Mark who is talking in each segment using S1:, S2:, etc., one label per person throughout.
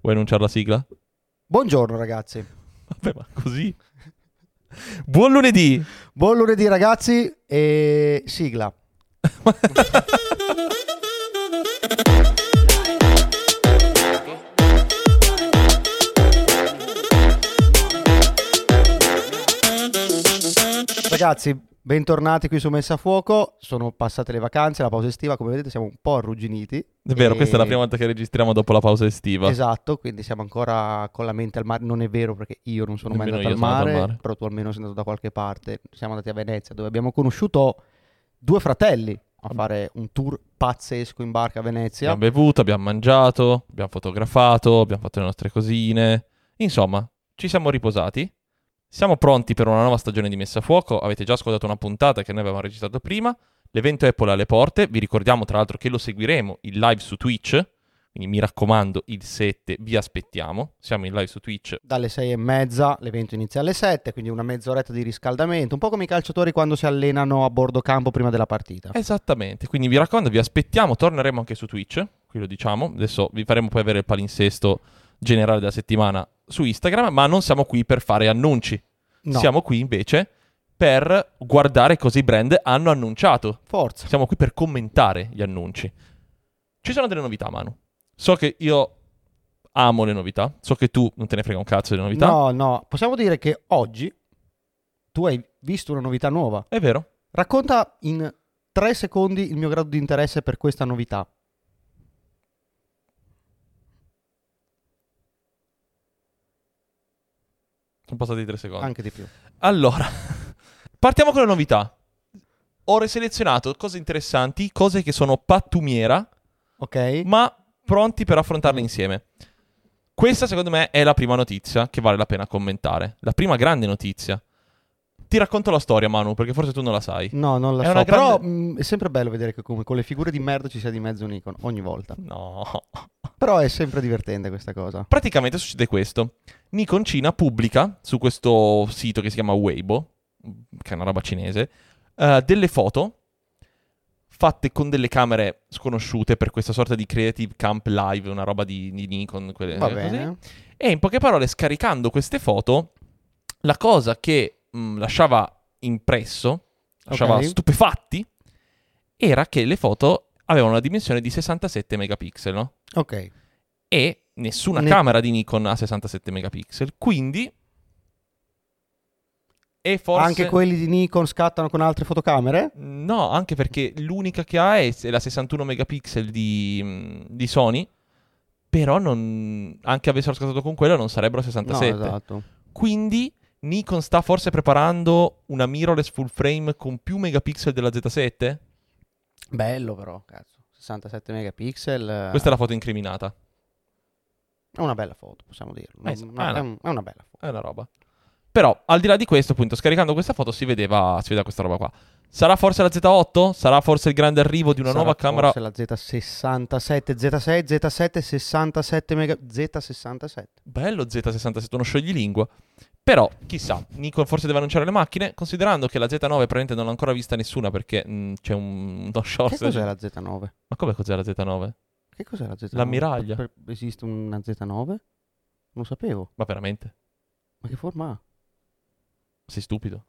S1: Vuoi annunciare la sigla?
S2: Buongiorno ragazzi.
S1: Vabbè, ma così. Buon lunedì!
S2: Buon lunedì ragazzi e sigla. Ragazzi, bentornati qui su Messa a Fuoco. Sono passate le vacanze, la pausa estiva, come vedete siamo un po' arrugginiti.
S1: È vero,
S2: E-
S1: questa è la prima volta che registriamo dopo la pausa estiva.
S2: Esatto, quindi siamo ancora con la mente al mare. Non è vero perché io non sono mai
S1: Nemmeno
S2: andato al
S1: io sono andato
S2: mare,
S1: al mare.
S2: però tu almeno sei andato da qualche parte. Siamo andati a Venezia dove abbiamo conosciuto due fratelli a fare un tour pazzesco in barca a Venezia.
S1: Abbiamo bevuto, abbiamo mangiato, abbiamo fotografato, abbiamo fatto le nostre cosine. Insomma, ci siamo riposati. Siamo pronti per una nuova stagione di Messa a Fuoco. Avete già ascoltato una puntata che noi avevamo registrato prima. L'evento Apple alle porte. Vi ricordiamo, tra l'altro, che lo seguiremo in live su Twitch. Quindi mi raccomando, il 7 vi aspettiamo. Siamo in live su Twitch.
S2: Dalle sei e mezza l'evento inizia alle 7, quindi una mezz'oretta di riscaldamento, un po' come i calciatori quando si allenano a bordo campo prima della partita.
S1: Esattamente. Quindi vi raccomando, vi aspettiamo. Torneremo anche su Twitch. Qui lo diciamo. Adesso vi faremo poi avere il palinsesto generale della settimana su Instagram. Ma non siamo qui per fare annunci.
S2: No,
S1: Eh, Siamo qui invece per guardare cosa i brand hanno annunciato.
S2: forza.
S1: Siamo qui per commentare gli annunci. Ci sono delle novità, Manu. So che io amo le novità. So che tu non te ne frega un cazzo delle novità.
S2: No, no, possiamo dire che oggi tu hai visto una novità nuova.
S1: È vero.
S2: Racconta in tre secondi il mio grado di interesse per questa novità.
S1: Sono passati tre secondi.
S2: Anche di più.
S1: Allora, partiamo con le novità. Ho reselezionato cose interessanti, cose che sono pattumiera,
S2: Ok?
S1: ma pronti per affrontarle insieme. Questa, secondo me, è la prima notizia che vale la pena commentare. La prima grande notizia. Ti racconto la storia, Manu, perché forse tu non la sai.
S2: No, non la
S1: È
S2: so.
S1: una
S2: Però
S1: grande-
S2: mh, è sempre bello vedere che come con le figure di merda ci sia di mezzo un icono ogni volta.
S1: No.
S2: Però è sempre divertente questa cosa.
S1: Praticamente succede questo. Nikon Cina pubblica su questo sito che si chiama Weibo, che è una roba cinese, eh, delle foto fatte con delle camere sconosciute per questa sorta di Creative Camp Live, una roba di, di Nikon. Quelle,
S2: Va
S1: Eh, così.
S2: bene.
S1: E in poche parole, scaricando queste foto, la cosa che mh, lasciava impresso, lasciava
S2: Ok.
S1: stupefatti, era che le foto avevano una dimensione di 67 megapixel, no?
S2: Ok.
S1: e nessuna
S2: Ne-
S1: camera di Nikon ha 67 megapixel, quindi e forse
S2: Anche quelli di Nikon scattano con altre fotocamere?
S1: No, anche perché l'unica che ha è è la 61 megapixel di, mm, di Sony, però non... anche avessero scattato con quella non sarebbero 67.
S2: No, esatto.
S1: Quindi Nikon sta forse preparando una mirrorless full frame con più megapixel della Z7?
S2: Bello però, cazzo. 67 megapixel. eh,
S1: Questa è la foto incriminata,
S2: è una bella foto, possiamo dirlo.
S1: Eh, sì,
S2: No,
S1: ah, no.
S2: è, un- è una bella foto.
S1: è una roba. Però al di là di questo, appunto, scaricando questa foto si vedeva, si vedeva questa roba qua. Sarà forse la Z8? Sarà forse il grande arrivo di una
S2: Sarà
S1: nuova camera?
S2: forse la Z67, Z6, Z7, 67 mega... Z67.
S1: Bello Z67, uno scioglilingua. Però, chissà, Nikon forse deve annunciare le macchine, considerando che la Z9 probabilmente non l'ha ancora vista nessuna perché mh, c'è un, uno short.
S2: Che cos'è la Z9?
S1: Ma come cos'è la Z9?
S2: Che cos'è la Z9?
S1: L'ammiraglia.
S2: Per- per- Esiste una Z9? Non lo sapevo.
S1: Ma veramente?
S2: Ma che forma ha?
S1: Sei stupido.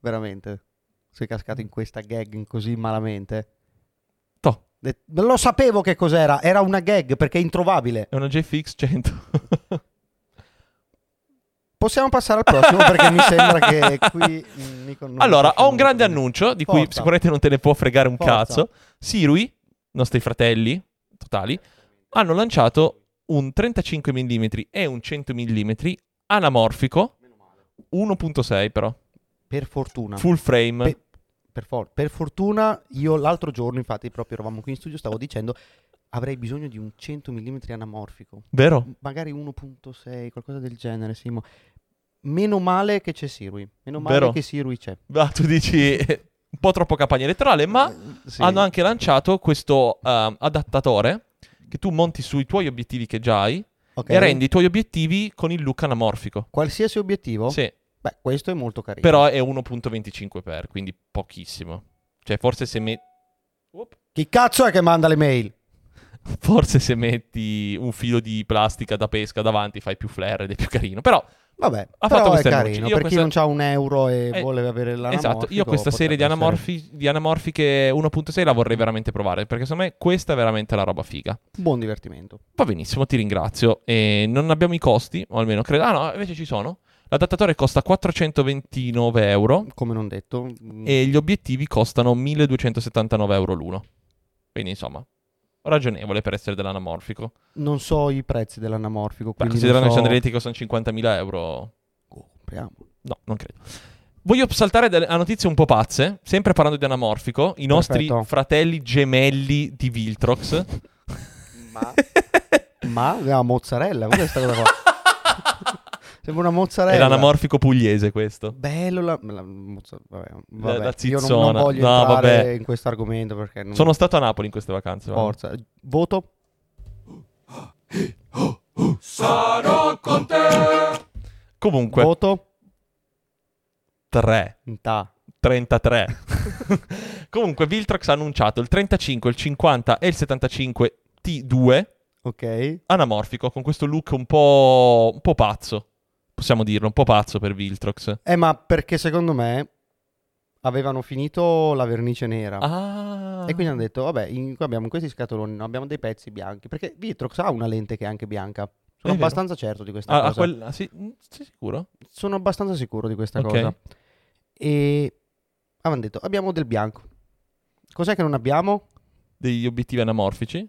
S2: Veramente? Sei cascato in questa gag in così malamente?
S1: Toh.
S2: De- non lo sapevo che cos'era. Era una gag perché è introvabile.
S1: È una GFX 100.
S2: Possiamo passare al prossimo perché mi sembra che qui mm, Nikon non
S1: allora,
S2: faccia
S1: ho un
S2: molto
S1: grande
S2: bene.
S1: annuncio di cui
S2: Forza.
S1: sicuramente non te ne può fregare un
S2: Forza.
S1: cazzo. Sirui, nostri fratelli totali, hanno lanciato un 35 mm e un 100 mm anamorfico 1.6 però,
S2: Per fortuna.
S1: full frame.
S2: Ah. Pe- per, for- per fortuna, io l'altro giorno, infatti, proprio eravamo qui in studio, stavo dicendo avrei bisogno di un 100 mm anamorfico.
S1: Vero?
S2: magari 1.6, qualcosa del genere, Simo. Meno male che c'è Sirui. Meno male
S1: Vero.
S2: che Sirui c'è.
S1: Ah, tu dici un po' troppo campagna elettorale, ma
S2: Eh, sì.
S1: hanno anche lanciato questo ehm, adattatore che tu monti sui tuoi obiettivi che già hai
S2: Ok.
S1: e rendi i tuoi obiettivi con il look anamorfico.
S2: qualsiasi obiettivo.
S1: Sì.
S2: Beh, questo è molto carino.
S1: Però è 1.25 per, quindi pochissimo. Cioè, forse se metti...
S2: Chi cazzo è che manda le mail?
S1: Forse se metti un filo di plastica da pesca davanti fai più flare ed è più carino. Però
S2: Vabbè,
S1: Ha
S2: però
S1: fatto
S2: è
S1: queste luci.
S2: carino.
S1: Io
S2: Per chi
S1: questa-
S2: non ha un euro e
S1: Eh,
S2: vuole avere la
S1: Esatto, io questa serie di, anamorfi- di anamorfiche 1.6 la vorrei veramente provare, perché secondo me questa è veramente la roba figa.
S2: Buon divertimento.
S1: Va benissimo, ti ringrazio. E non abbiamo i costi, o almeno credo... Ah no, invece ci sono. L'adattatore costa 429 euro
S2: Come non detto, mm,
S1: e gli obiettivi costano 1279 euro l'uno. Quindi insomma, ragionevole per essere dell'anamorfico.
S2: non so i prezzi dell'anamorfico.
S1: Beh,
S2: Quindi
S1: considerando
S2: non
S1: che
S2: so...
S1: sono analitico sono 50.000 euro...
S2: Oh, compriamo.
S1: No, non credo. Voglio saltare delle- a notizie un po' pazze, sempre parlando di anamorfico, i nostri
S2: Perfetto.
S1: fratelli gemelli di Viltrox.
S2: Ma... Ma la mozzarella, cos'è questa cosa qua? Sembra una mozzarella.
S1: È l'anamorfico pugliese questo.
S2: Bello la, la mozza- vabbè, vabbè.
S1: la
S2: io non- non,
S1: zizzona.
S2: voglio
S1: No,
S2: entrare
S1: vabbè.
S2: in questo argomento perché non
S1: Sono stato a Napoli in queste vacanze. va?
S2: forza. Voto?
S1: Comunque,
S2: Voto?
S1: 3,
S2: Ta.
S1: 33. Comunque, Viltrox ha annunciato il 35, il 50 e il 75 T2
S2: Ok.
S1: anamorfico con questo look un po', un po' pazzo. Possiamo dirlo, un po' pazzo per Viltrox.
S2: Eh, ma perché secondo me avevano finito la vernice nera.
S1: Ah.
S2: E quindi hanno detto, vabbè, in- qua abbiamo questi scatoloni, no, abbiamo dei pezzi bianchi. Perché Vitrox ha una lente che è anche bianca. Sono
S1: È vero.
S2: abbastanza certo di questa
S1: Ah,
S2: cosa.
S1: ah, quella- sì, mm, sei sicuro?
S2: Sono abbastanza sicuro di questa
S1: Ok.
S2: cosa. E avevano detto, abbiamo del bianco. Cos'è che non abbiamo?
S1: Degli obiettivi anamorfici?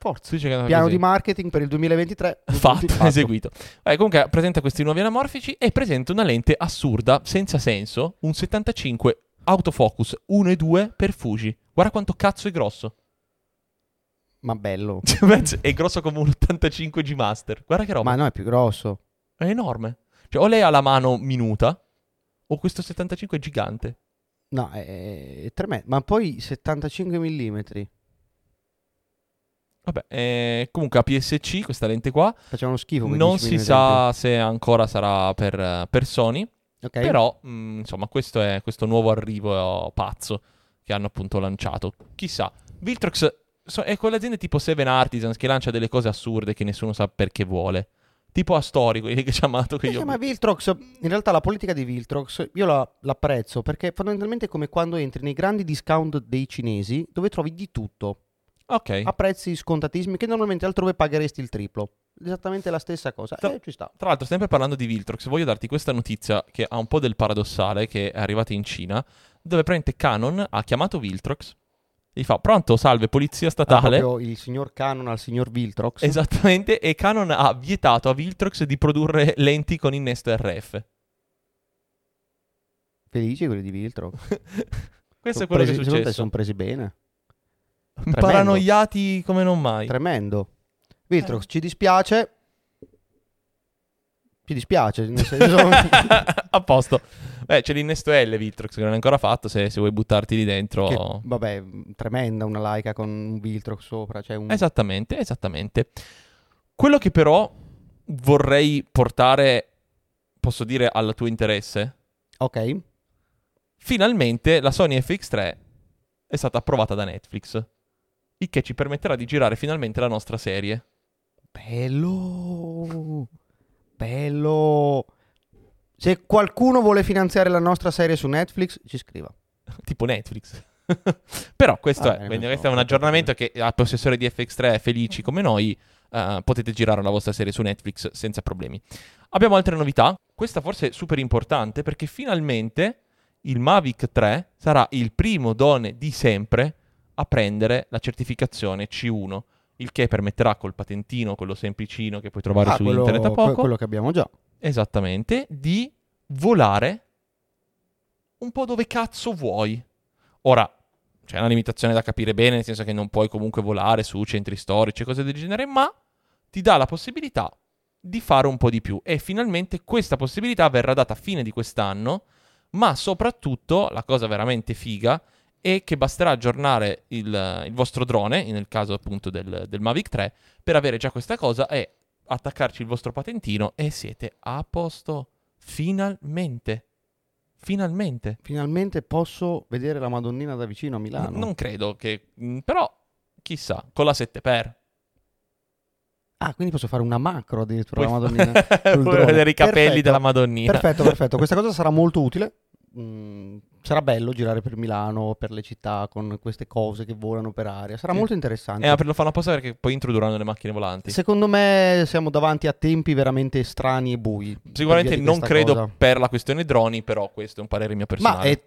S2: Forza.
S1: Si dice che è una
S2: Piano
S1: Ah, così.
S2: di marketing per il 2023.
S1: Fatto, eseguito. Vabbè, comunque presenta questi nuovi anamorfici e presenta una lente assurda, senza senso, un 75 autofocus 1 e 2 per Fuji. Guarda quanto cazzo è grosso.
S2: Ma bello.
S1: Cioè, è grosso come un 85 G Master. Guarda che roba.
S2: Ma no, è più grosso.
S1: È enorme. Cioè, o lei ha la mano minuta, o questo 75 è gigante.
S2: No, è, è tremendo. Ma poi 75 mm.
S1: Vabbè, eh, comunque APS-C, questa lente qua,
S2: Facevano schifo. quei
S1: non
S2: 10
S1: si
S2: mm.
S1: sa se ancora sarà per, eh, per Sony.
S2: Ok.
S1: Però, mh, insomma, questo è questo nuovo arrivo pazzo che hanno appunto lanciato. Chissà, Viltrox so- è quell'azienda tipo Seven Artisans che lancia delle cose assurde che nessuno sa perché vuole. Tipo Astori, quelli che ci hanno mandato
S2: Si
S1: quegli
S2: chiama
S1: obblighi.
S2: Viltrox, in realtà la politica di Viltrox io la, l'apprezzo perché fondamentalmente è come quando entri nei grandi discount dei cinesi dove trovi di tutto
S1: Ok.
S2: a prezzi scontatissimi che normalmente altrove pagheresti il triplo. Esattamente la stessa cosa.
S1: Tra-
S2: Eh, ci sta.
S1: Tra l'altro, sempre parlando di Viltrox, voglio darti questa notizia che ha un po' del paradossale, che è arrivata in Cina, dove praticamente Canon ha chiamato Viltrox e gli fa, pronto, salve, polizia
S2: Ah,
S1: statale.
S2: proprio il signor Canon al signor Viltrox.
S1: Esattamente, e Canon ha vietato a Viltrox di produrre lenti con innesto RF.
S2: Felici quelli di Viltrox.
S1: Questo
S2: Sono
S1: è quello
S2: presi-
S1: che è
S2: secondo te
S1: successo.
S2: sono presi bene. Tremendo.
S1: Paranoiati come non mai.
S2: Tremendo. Viltrox, ci dispiace. Ci dispiace, nel senso...
S1: a posto. Beh, c'è l'innesto L Viltrox che non è ancora fatto. Se, se vuoi buttarti lì dentro.
S2: Che, vabbè, mh, tremenda una laica con un Viltrox sopra. Cioè un...
S1: Esattamente, esattamente. Quello che però vorrei portare, posso dire, al tuo interesse.
S2: Ok,
S1: Finalmente la Sony FX3 è stata approvata da Netflix. Il che ci permetterà di girare finalmente la nostra serie.
S2: bello, bello. Se qualcuno vuole finanziare la nostra serie su Netflix, ci scriva.
S1: tipo Netflix. Però questo
S2: Ah,
S1: è,
S2: bene,
S1: quindi questo
S2: questo
S1: è un
S2: ho capito.
S1: aggiornamento che a possessore di FX3 felici come noi eh, potete girare la vostra serie su Netflix senza problemi. Abbiamo altre novità, questa forse è super importante perché finalmente il Mavic 3 sarà il primo drone di sempre a prendere la certificazione C1, il che permetterà col patentino, quello semplicino che puoi trovare
S2: Ah,
S1: su
S2: quello,
S1: internet a
S2: que-
S1: poco,
S2: quello che abbiamo già.
S1: Esattamente, di volare un po' dove cazzo vuoi. Ora, c'è una limitazione da capire bene, nel senso che non puoi comunque volare su centri storici e cose del genere, ma ti dà la possibilità di fare un po' di più. E finalmente questa possibilità verrà data a fine di quest'anno, ma soprattutto la cosa veramente figa è che basterà aggiornare il, il vostro drone, nel caso appunto del, del Mavic 3, per avere già questa cosa e attaccarci il vostro patentino e siete a posto. Finalmente. Finalmente.
S2: Finalmente posso vedere la Madonnina da vicino a Milano.
S1: N- non credo che... mh, Però, chissà, con la 7x.
S2: Ah, quindi posso fare una macro addirittura
S1: Puoi
S2: alla
S1: fa-
S2: Madonnina. sul
S1: puoi
S2: drone.
S1: vedere i capelli
S2: Perfetto.
S1: della Madonnina.
S2: Perfetto, perfetto. Questa cosa sarà molto utile. Mm, sarà bello girare per Milano, per le città con queste cose che volano per aria. Sarà
S1: Sì.
S2: molto interessante.
S1: Eh, ma per- lo fanno apposta perché poi introdurranno le macchine volanti.
S2: Secondo me siamo davanti a tempi veramente strani e bui. per
S1: Sicuramente
S2: via di
S1: non
S2: questa
S1: credo
S2: cosa.
S1: per la questione droni, però questo è un parere mio
S2: Ma
S1: personale.
S2: eh,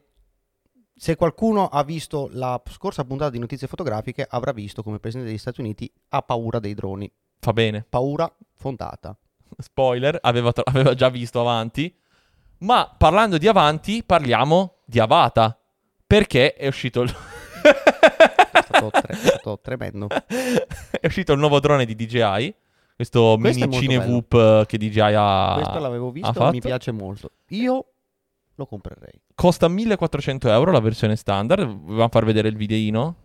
S2: se qualcuno ha visto la scorsa puntata di notizie fotografiche, avrà visto come il presidente degli Stati Uniti ha paura dei droni.
S1: Fa bene.
S2: Paura fondata.
S1: Spoiler, aveva, tro- aveva già visto avanti. Ma parlando di avanti, parliamo di Avata. Perché è uscito il...
S2: È stato, tre- è stato tremendo.
S1: è uscito il nuovo drone di DJI. Questo
S2: Questo è
S1: mini
S2: molto
S1: Cinevoop eh, che DJI ha.
S2: Questo l'avevo
S1: ha
S2: visto
S1: fatto?
S2: e mi piace molto. Io lo comprerei.
S1: Costa 1400 euro la versione standard. Volevamo far vedere il videino.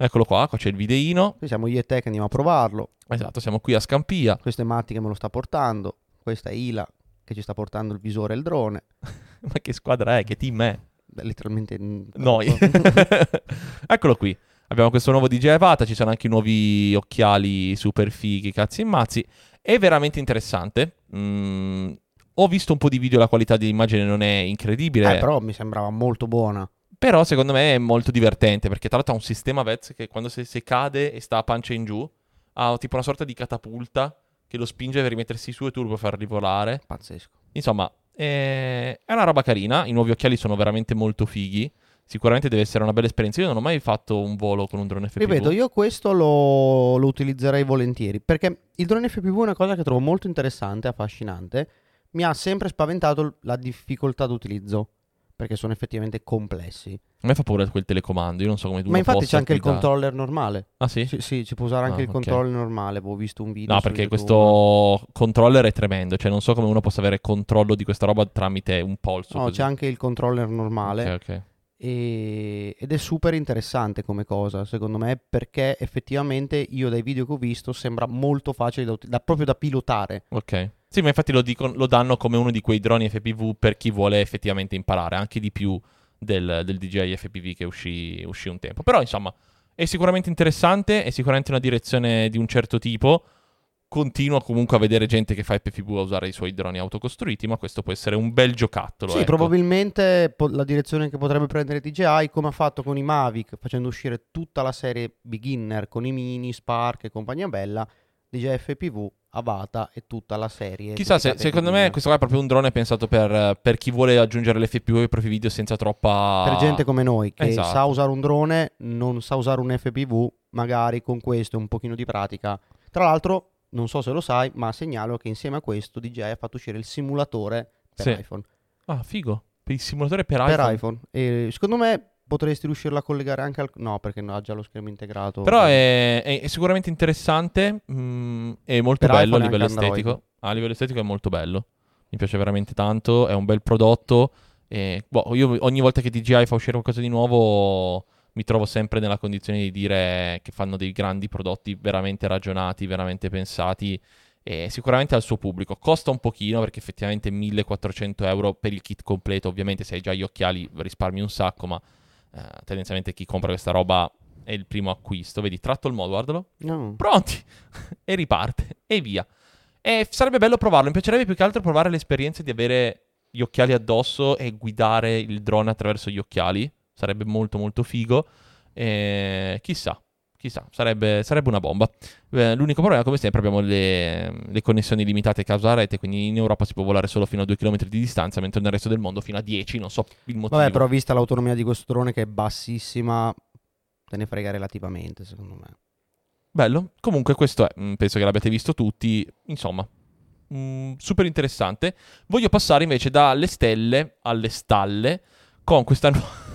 S1: Eccolo qua, qua c'è il videino.
S2: Qui siamo io e te che andiamo a provarlo.
S1: Esatto, siamo qui a Scampia.
S2: Questo è Matti che me lo sta portando. Questa è Ila che ci sta portando il visore e il drone.
S1: Ma che squadra è? Che team è?
S2: Beh, letteralmente mm,
S1: Noi. Eccolo qui. Abbiamo questo nuovo DJI Vata, ci sono anche i nuovi occhiali super fighi, cazzi e mazzi. È veramente interessante. Mm, ho visto un po' di video, la qualità dell'immagine non è incredibile.
S2: Eh, però mi sembrava molto buona.
S1: Però secondo me è molto divertente perché tra l'altro ha un sistema VETS che quando se, se cade e sta a pancia in giù ha tipo una sorta di catapulta che lo spinge per rimettersi su e tu lo puoi far rivolare.
S2: Pazzesco.
S1: Insomma, eh, è una roba carina, i nuovi occhiali sono veramente molto fighi. Sicuramente deve essere una bella esperienza. Io non ho mai fatto un volo con un drone FPV.
S2: Ripeto, io questo lo, lo utilizzerei volentieri perché il drone FPV è una cosa che trovo molto interessante, affascinante. Mi ha sempre spaventato l- la difficoltà d'utilizzo perché sono effettivamente complessi.
S1: A me fa paura quel telecomando, io non so come tu
S2: Ma
S1: lo
S2: infatti
S1: possa
S2: c'è anche il
S1: utilizzare.
S2: controller normale.
S1: Ah sì?
S2: Sì, sì, si può usare anche
S1: Ah,
S2: il
S1: ok.
S2: controller normale. Avevo visto un video.
S1: No,
S2: su
S1: perché
S2: YouTube.
S1: questo controller è tremendo. Cioè, non so come uno possa avere controllo di questa roba tramite un polso.
S2: No,
S1: così.
S2: c'è anche il controller normale.
S1: Ok, ok.
S2: e- ed è super interessante come cosa, secondo me, perché effettivamente io dai video che ho visto sembra molto facile da, uti- da- proprio da pilotare.
S1: Ok. Sì, ma infatti lo, dicono- lo danno come uno di quei droni FPV per chi vuole effettivamente imparare, anche di più del, del DJI FPV che uscì, uscì un tempo. Però, insomma, è sicuramente interessante, è sicuramente una direzione di un certo tipo. Continuo comunque a vedere gente che fa FPV a usare i suoi droni autocostruiti, ma questo può essere un bel giocattolo.
S2: sì,
S1: ecco.
S2: probabilmente po- la direzione che potrebbe prendere DJI, come ha fatto con i Mavic, facendo uscire tutta la serie beginner con i Mini, Spark e compagnia bella, DJI FPV, Avata e tutta la serie.
S1: Chissà, se-
S2: dedicata ai
S1: secondo me
S2: beginner.
S1: questo qua è proprio un drone pensato per, per chi vuole aggiungere l'FPV ai propri video senza troppa...
S2: per gente come noi che
S1: Ah, Esatto.
S2: sa usare un drone, non sa usare un FPV, magari con questo un pochino di pratica. Tra l'altro, non so se lo sai, ma segnalo che insieme a questo DJI ha fatto uscire il simulatore per
S1: Sì.
S2: iPhone.
S1: Ah, figo. Per il simulatore per
S2: Per
S1: iPhone.
S2: iPhone. E secondo me potresti riuscirlo a collegare anche al... No, perché no, ha già lo schermo integrato.
S1: Però è, è- è sicuramente interessante. mm, è molto
S2: Per
S1: bello a
S2: iPhone e
S1: livello
S2: anche Android.
S1: estetico. A livello estetico è molto bello. Mi piace veramente tanto. È un bel prodotto. E, boh, io ogni volta che DJI fa uscire qualcosa di nuovo, mi trovo sempre nella condizione di dire che fanno dei grandi prodotti veramente ragionati, veramente pensati. E sicuramente al suo pubblico costa un pochino perché effettivamente 1400 euro per il kit completo. Ovviamente, se hai già gli occhiali, risparmi un sacco. Ma eh, tendenzialmente chi compra questa roba è il primo acquisto. Vedi, tratto il modo, guardalo.
S2: No.
S1: Pronti! e riparte. E via. E f- sarebbe bello provarlo. Mi piacerebbe più che altro provare l'esperienza di avere gli occhiali addosso e guidare il drone attraverso gli occhiali. Sarebbe molto molto figo. E chissà. Chissà, sarebbe, sarebbe una bomba. Eh, l'unico problema, come sempre, abbiamo le, le connessioni limitate a causa rete, quindi in Europa si può volare solo fino a 2 km di distanza, mentre nel resto del mondo fino a 10, non so il motivo.
S2: Vabbè, però vista l'autonomia di questo drone che è bassissima, te ne frega relativamente, secondo me.
S1: Bello. Comunque, questo è. Mm, Penso che l'abbiate visto tutti. Insomma, mm, super interessante. Voglio passare invece dalle stelle alle stalle con questa nuova.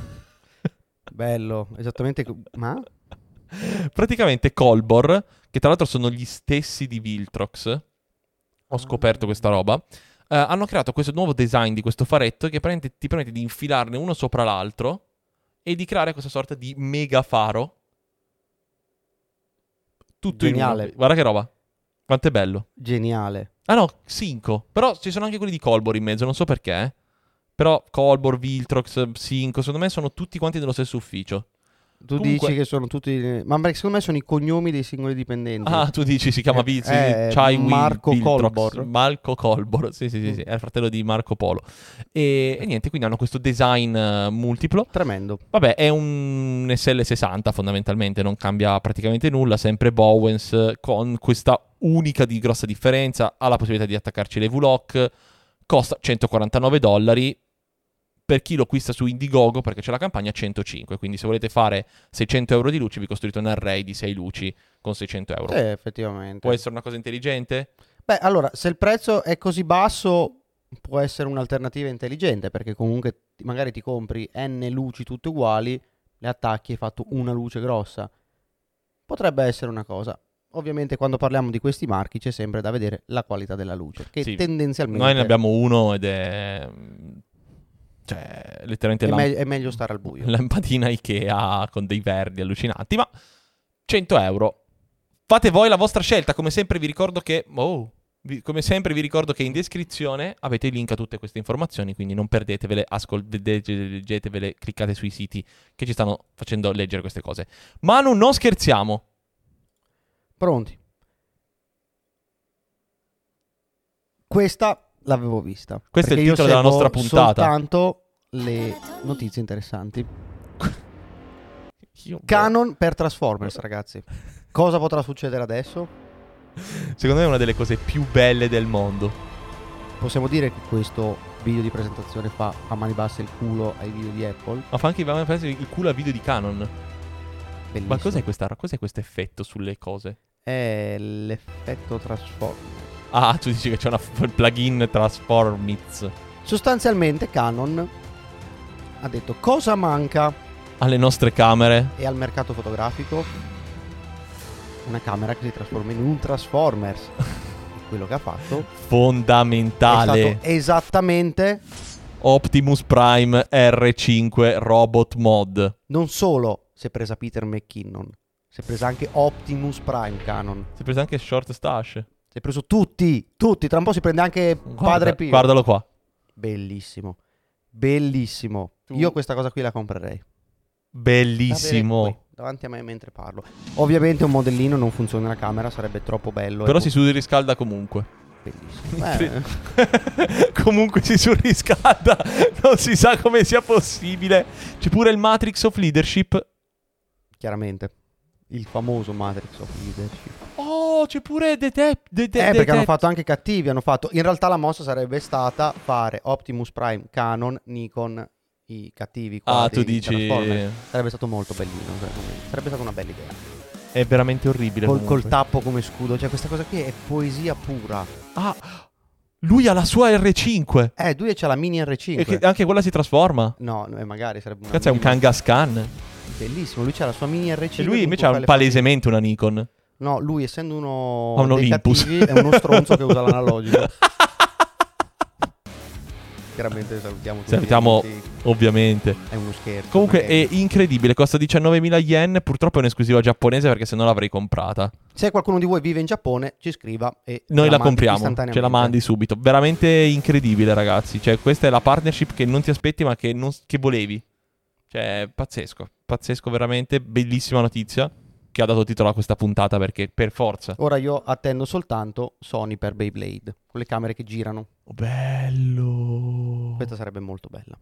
S2: Bello, esattamente... co- Ma?
S1: Praticamente Colbor, che tra l'altro sono gli stessi di Viltrox. Ho scoperto
S2: Ah.
S1: questa roba. eh, hanno creato questo nuovo design di questo faretto che praticamente ti permette di infilarne uno sopra l'altro e di creare questa sorta di mega faro. Tutto in
S2: Geniale.
S1: uno. Guarda che roba. Quanto è bello.
S2: Geniale.
S1: Ah no, 5. Però ci sono anche quelli di Colbor in mezzo, non so perché. eh. Però Colbor, Viltrox, Sinco, secondo me sono tutti quanti dello stesso ufficio.
S2: Tu
S1: Comunque-
S2: dici che sono tutti. Ma perché secondo me sono i cognomi dei singoli dipendenti.
S1: Ah, tu dici si chiama
S2: Eh,
S1: Viz,
S2: eh,
S1: Chai Wil-
S2: Marco
S1: Viltrox,
S2: Colbor. Mm.
S1: Marco Colbor, sì, sì, sì, sì, è il fratello di Marco Polo. E, e niente, quindi hanno questo design eh, multiplo.
S2: Tremendo.
S1: Vabbè, è un SL60 fondamentalmente, non cambia praticamente nulla, sempre Bowens eh, con questa unica di grossa differenza, ha la possibilità di attaccarci le V-Lock, costa 149 dollari, per chi lo acquista su Indiegogo perché c'è la campagna 105, quindi se volete fare 600 euro di luci vi costruite un array di 6 luci con 600 euro.
S2: Sì, Eh, effettivamente.
S1: Può essere una cosa intelligente?
S2: Beh, allora, se il prezzo è così basso, può essere un'alternativa intelligente, perché comunque ti- magari ti compri N luci tutte uguali, le attacchi e hai fatto una luce grossa. Potrebbe essere una cosa. Ovviamente quando parliamo di questi marchi c'è sempre da vedere la qualità della luce, che
S1: Sì,
S2: tendenzialmente
S1: Noi ne abbiamo uno ed è... cioè, letteralmente
S2: è,
S1: la-
S2: me- è meglio stare al buio.
S1: lampadina Ikea con dei verdi allucinanti, ma 100 euro. Fate voi la vostra scelta, come sempre vi ricordo che... oh, vi- come sempre vi ricordo che in descrizione avete il link a tutte queste informazioni, quindi non perdetevele, ascol- vedete- leggetevele, cliccate sui siti che ci stanno facendo leggere queste cose. Manu, non scherziamo.
S2: Pronti? Questa l'avevo vista.
S1: Questo è il
S2: perché io
S1: titolo della
S2: seguo
S1: nostra puntata.
S2: Soltanto le notizie interessanti.
S1: Io- boh,
S2: Canon per Transformers, ragazzi. Cosa potrà succedere adesso?
S1: Secondo me è una delle cose più belle del mondo.
S2: Possiamo dire che questo video di presentazione fa a mani basse il culo ai video di Apple.
S1: Ma fa anche fa anche il culo a video di Canon.
S2: Bellissimo.
S1: Ma cos'è, questa, cos'è questo effetto sulle cose?
S2: È l'effetto Transformers.
S1: Ah, tu dici che c'è una f- il plugin Transformiz
S2: Sostanzialmente Canon ha detto cosa manca
S1: alle nostre camere.
S2: e al mercato fotografico una camera che si trasforma in un Transformers. E quello che ha fatto è
S1: Fondamentale.
S2: stato esattamente
S1: Optimus Prime R5 Robot Mod.
S2: non solo si è presa Peter McKinnon, si è presa anche Optimus Prime Canon.
S1: Si è preso anche Short Stash.
S2: Si è preso tutti, tutti. Tra un po' si prende anche
S1: Guarda-
S2: Padre Pio.
S1: Guardalo qua.
S2: Bellissimo, bellissimo.
S1: Tu-
S2: Io questa cosa qui la comprerei. La vedete
S1: Bellissimo.
S2: qui, davanti a me mentre parlo. Ovviamente un modellino non funziona la camera, sarebbe troppo bello.
S1: Però
S2: e
S1: si surriscalda comunque.
S2: bellissimo. Eh,
S1: comunque si surriscalda. Non si sa come sia possibile. C'è pure il Matrix of Leadership.
S2: chiaramente. Il famoso Matrix of Leadership.
S1: Oh, c'è pure The Tep. The Te-
S2: Eh,
S1: The
S2: perché hanno
S1: Tep-
S2: fatto anche cattivi. Hanno fatto. In realtà la mossa sarebbe stata fare Optimus Prime, Canon, Nikon, i cattivi. qua
S1: Ah,
S2: dei
S1: tu dici.
S2: Transformers. Sarebbe stato molto bellino. veramente. Sarebbe stata una bella idea.
S1: È veramente orribile.
S2: Col, col
S1: comunque.
S2: tappo come scudo. Cioè, questa cosa qui è poesia pura.
S1: Ah, lui ha la sua R5.
S2: Eh, lui c'ha la mini R5.
S1: E che- anche quella si trasforma.
S2: No, no, eh, magari sarebbe una
S1: Cazzo, è un
S2: mini-
S1: Kangaskhan.
S2: Bellissimo. Lui c'ha la sua mini R5.
S1: E lui
S2: con
S1: invece
S2: cui
S1: ha
S2: fa
S1: un-
S2: le
S1: palesemente una Nikon.
S2: No, lui essendo uno
S1: Ha un
S2: dei
S1: Olympus.
S2: cattivi è uno stronzo che usa l'analogico. Chiaramente salutiamo tutti.
S1: Salutiamo-
S2: tutti.
S1: Ovviamente.
S2: È uno scherzo.
S1: Comunque
S2: non
S1: è incredibile, costa 19.000 yen. Purtroppo è un'esclusiva giapponese perché se no l'avrei comprata.
S2: Se qualcuno di voi vive in Giappone, ci scriva e
S1: Noi la,
S2: mandi
S1: compriamo,
S2: istantaneamente.
S1: ce la mandi subito. Veramente incredibile, ragazzi. Cioè, questa è la partnership che non ti aspetti, ma che, non- che volevi. Cioè, pazzesco. Pazzesco, veramente. Bellissima notizia che ha dato titolo a questa puntata perché, per forza.
S2: Ora io attendo soltanto Sony per Beyblade, con le camere che girano.
S1: Oh, bello.
S2: Questa sarebbe molto bella.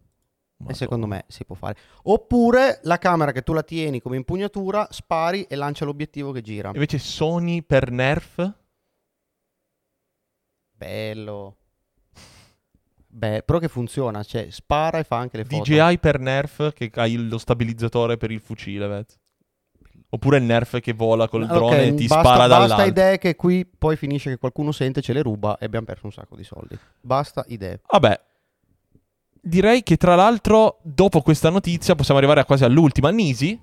S1: Madonna.
S2: E secondo me si può fare. Oppure la camera che tu la tieni come impugnatura, spari e lancia l'obiettivo che gira.
S1: Invece Sony per Nerf?
S2: Bello. Beh, però che funziona, cioè spara e fa anche le foto.
S1: DJI per Nerf che hai lo stabilizzatore per il fucile, vet. Oppure il Nerf che vola col
S2: Ok,
S1: drone e ti
S2: basta,
S1: spara
S2: Basta
S1: dall'alto.
S2: idee che qui poi finisce che qualcuno sente, ce le ruba e abbiamo perso un sacco di soldi. Basta idee.
S1: Vabbè. Direi che tra l'altro dopo questa notizia possiamo arrivare a quasi all'ultima. Nisi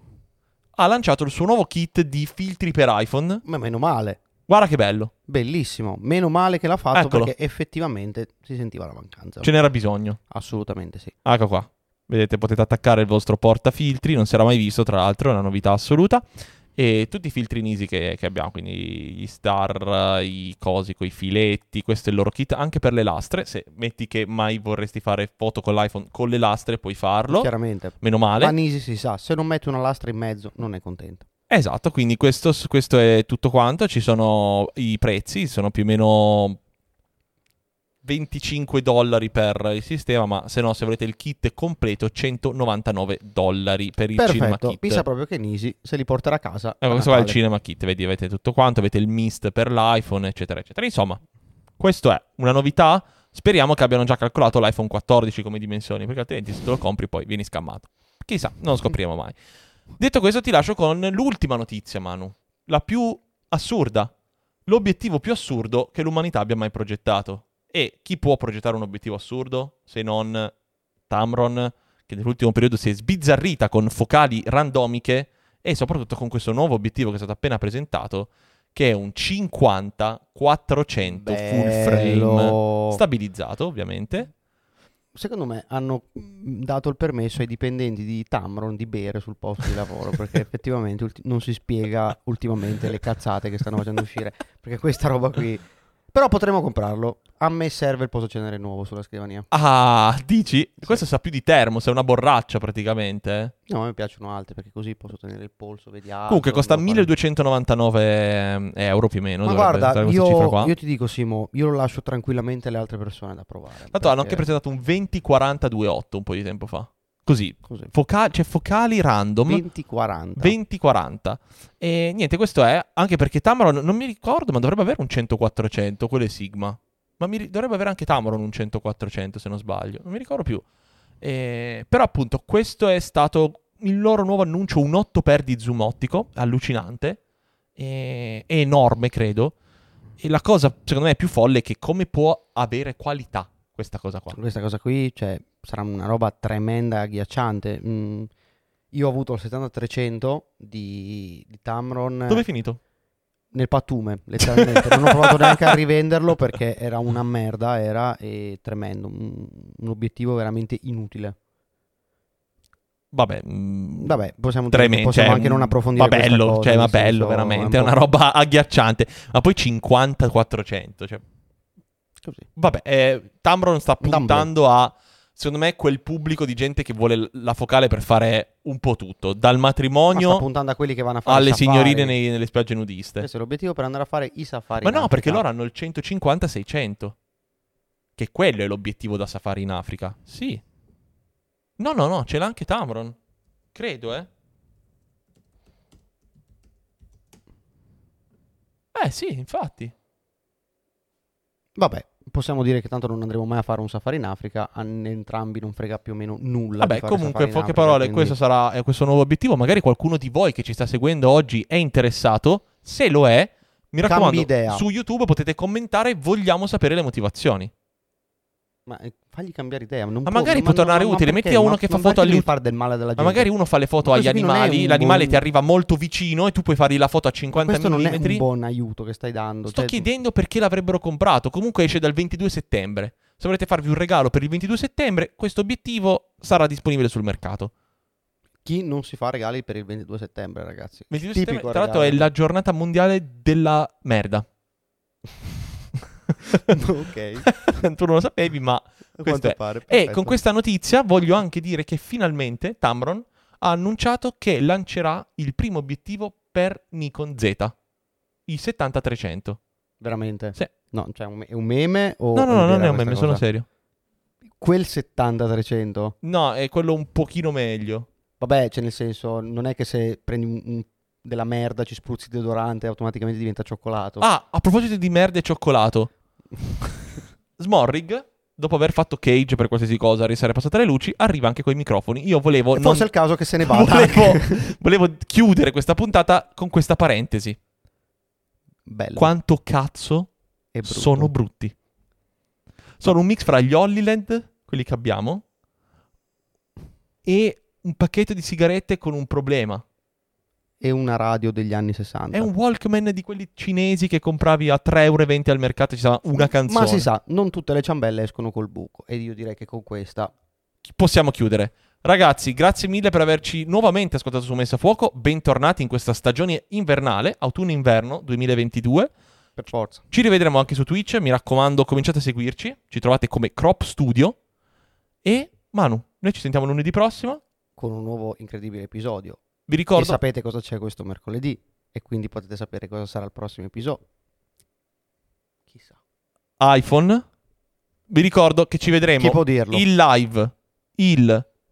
S1: ha lanciato il suo nuovo kit di filtri per iPhone.
S2: Ma meno male,
S1: Guarda che bello,
S2: bellissimo. Meno male che l'ha fatto
S1: Eccolo. Cioè
S2: perché effettivamente si sentiva la mancanza.
S1: ce n'era bisogno.
S2: Assolutamente sì.
S1: Ah, Ecco qua. Vedete, potete attaccare il vostro portafiltri, non si era mai visto tra l'altro, è una novità assoluta. E tutti i filtri Nisi che, che abbiamo, quindi gli star, i cosi con i filetti, questo è il loro kit anche per le lastre. Se metti che mai vorresti fare foto con l'iPhone con le lastre, puoi farlo.
S2: Chiaramente.
S1: Meno male.
S2: Ma Nisi si sa, se non metti una lastra in mezzo non è contento.
S1: Esatto, quindi questo, questo è tutto quanto. Ci sono i prezzi, sono più o meno 25 dollari per il sistema, ma se no, se volete il kit completo, 199 dollari per il cinema
S2: Perfetto,
S1: kit.
S2: mi sa proprio che Nisi se li porterà a casa.
S1: Ecco,
S2: a
S1: questo qua è il
S2: Natale.
S1: cinema kit, vedi, avete tutto quanto, avete il mist per l'iPhone, eccetera, eccetera. Insomma, questo è una novità. Speriamo che abbiano già calcolato l'iPhone 14 come dimensioni, perché altrimenti se te lo compri poi vieni scammato. Chissà, non lo scopriremo mai. Detto questo, ti lascio con l'ultima notizia, Manu. La più assurda. L'obiettivo più assurdo che l'umanità abbia mai progettato. E chi può progettare un obiettivo assurdo se non Tamron, che nell'ultimo periodo si è sbizzarrita con focali randomiche e soprattutto con questo nuovo obiettivo che è stato appena presentato, che è un 50-400 full frame.
S2: Bello.
S1: Stabilizzato, ovviamente.
S2: Secondo me hanno mm, dato il permesso ai dipendenti di Tamron di bere sul posto di lavoro perché effettivamente ulti- non si spiega ultimamente le cazzate che stanno facendo uscire perché questa roba qui... Però potremmo comprarlo. A me serve il posacenere nuovo sulla scrivania.
S1: Ah, dici? Questo sa più di termos, è una borraccia praticamente. eh.
S2: No, a me piacciono altri perché così posso tenere il polso, vedi altro,
S1: Comunque costa
S2: Ah, non devo fare-
S1: 1299 euro più o meno.
S2: Ma
S1: dovrebbe
S2: guarda,
S1: stare questa cifra
S2: io,
S1: qua.
S2: io ti dico Simo, io lo lascio tranquillamente alle altre persone da provare.
S1: Tanto hanno anche
S2: perché-
S1: presentato un 2042.8 un po' di tempo fa. Così,
S2: Così.
S1: foca- cioè focali random
S2: 20-40.
S1: 20-40. E niente, questo è anche perché Tamron non mi ricordo, ma dovrebbe avere un 100-400, quello è Sigma. Ma mi ri- dovrebbe avere anche Tamron un 100-400 se non sbaglio, non mi ricordo più. E- Però appunto questo è stato il loro nuovo annuncio, un 8x di zoom ottico, allucinante, e- è enorme credo. E la cosa secondo me più folle è che come può avere qualità questa cosa qua.
S2: Questa cosa qui cioè, sarà una roba tremenda, agghiacciante. Mm, io ho avuto il 7300 di, di Tamron
S1: Dove è finito?
S2: nel pattume, letteralmente. non ho provato neanche a rivenderlo perché era una merda, era eh, tremendo. Un, un obiettivo veramente inutile.
S1: Vabbè, mm,
S2: Vabbè, possiamo, dire-
S1: Tremendo,
S2: possiamo
S1: cioè,
S2: anche non approfondire.
S1: Ma
S2: questa
S1: bello,
S2: cosa,
S1: cioè, ma
S2: nel
S1: bello,
S2: senso,
S1: veramente. È
S2: un po'
S1: una roba agghiacciante. Ma poi 50-400. Cioè,
S2: così.
S1: vabbè, eh, Tamron sta
S2: Tamron.
S1: puntando a. Secondo me, quel pubblico di gente che vuole l- la focale per fare un po' tutto, dal
S2: Ma sta
S1: matrimonio
S2: puntando a quelli che vanno a fare
S1: alle
S2: i safari.
S1: signorine nei- nelle spiagge nudiste.
S2: Questo è l'obiettivo per andare a fare i safari.
S1: Ma
S2: in
S1: no, perché
S2: Africa.
S1: loro hanno il 150-600. Che quello è l'obiettivo da safari in Africa. Sì. No, no, no, ce l'ha anche Tamron. Credo, eh. Eh sì, infatti.
S2: Vabbè, possiamo dire che tanto non andremo mai a fare un safari in Africa. A n- entrambi non frega più o meno nulla. di
S1: Vabbè,
S2: fare
S1: comunque,
S2: safari in
S1: poche
S2: Africa,
S1: parole,
S2: quindi-
S1: questo sarà eh, questo nuovo obiettivo. Magari qualcuno di voi che ci sta seguendo oggi è interessato. Se lo è, mi
S2: Cambi
S1: raccomando,
S2: idea.
S1: su YouTube potete commentare. Vogliamo sapere le motivazioni.
S2: Ma eh, fagli cambiare idea. non
S1: Ma magari può
S2: no,
S1: tornare
S2: no, ma
S1: utile, metti
S2: perché?
S1: a uno
S2: Ma-
S1: che fa
S2: ma
S1: foto
S2: perché
S1: agli
S2: devi
S1: ut-
S2: fare del male della
S1: Ma
S2: gente.
S1: magari uno fa le foto
S2: Ma
S1: agli
S2: questo qui non è
S1: animali,
S2: un
S1: l'animale
S2: buon-
S1: ti arriva molto vicino e tu puoi fargli la foto a 50
S2: questo non
S1: mm.
S2: è un buon aiuto che stai dando.
S1: Sto
S2: cioè-
S1: chiedendo perché l'avrebbero comprato. Comunque esce dal 22 settembre. Se volete farvi un regalo per il 22 settembre, questo obiettivo sarà disponibile sul mercato.
S2: Chi non si fa regali per il 22 settembre, ragazzi?
S1: 22
S2: Tipico
S1: settembre, tra l'altro, è
S2: regalo.
S1: la giornata mondiale della merda.
S2: Ok.
S1: tu non lo sapevi, ma
S2: A
S1: Questo
S2: quanto
S1: è.
S2: pare.
S1: E
S2: perfetto.
S1: con questa notizia voglio anche dire che finalmente Tamron ha annunciato che lancerà il primo obiettivo per Nikon Z, il 70-300.
S2: Veramente?
S1: Sì.
S2: No, cioè un me- è un meme o...
S1: No, no,
S2: o
S1: no, non
S2: vera
S1: è un
S2: questa
S1: meme, sono
S2: cosa?
S1: serio.
S2: Quel 70-300?
S1: No, è quello un pochino meglio.
S2: Vabbè, cioè nel senso, non è che se prendi un- un- della merda, ci spruzzi deodorante, automaticamente diventa cioccolato.
S1: Ah, a proposito di merda e cioccolato. Smorrig, dopo aver fatto cage per qualsiasi cosa, risare passate le luci, arriva anche coi microfoni. Io volevo...
S2: E
S1: non-
S2: Forse è il caso che se ne vada.
S1: volevo, volevo chiudere questa puntata con questa parentesi.
S2: Bello.
S1: Quanto cazzo
S2: è brutto.
S1: sono brutti. Sono un mix fra gli Hollyland, quelli che abbiamo, e un pacchetto di sigarette con un problema.
S2: È una radio degli anni 60.
S1: È un Walkman di quelli cinesi che compravi a 3,20 euro al mercato e ci stava una canzone.
S2: Ma si sa, non tutte le ciambelle escono col buco. E io direi che con questa
S1: Possiamo chiudere. Ragazzi, grazie mille per averci nuovamente ascoltato su Messa a Fuoco. Bentornati in questa stagione invernale, autunno-inverno 2022.
S2: Per forza.
S1: Ci rivedremo anche su Twitch, mi raccomando, cominciate a seguirci. Ci trovate come Crop Studio. E Manu, noi ci sentiamo lunedì prossimo.
S2: Con un nuovo incredibile episodio.
S1: Vi
S2: E
S1: ricordo
S2: sapete cosa c'è questo mercoledì. E quindi potete sapere cosa sarà il prossimo episodio. Chissà.
S1: iPhone. Vi ricordo che ci vedremo
S2: Chi può dirlo?
S1: in live il 7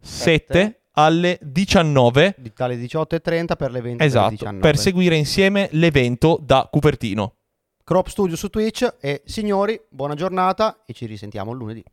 S2: Sette.
S1: alle 19.
S2: Di tale 18.30 per le 20
S1: Esatto,
S2: alle 19.
S1: per seguire insieme l'evento da Cupertino.
S2: Crop Studio su Twitch e signori, buona giornata e ci risentiamo lunedì.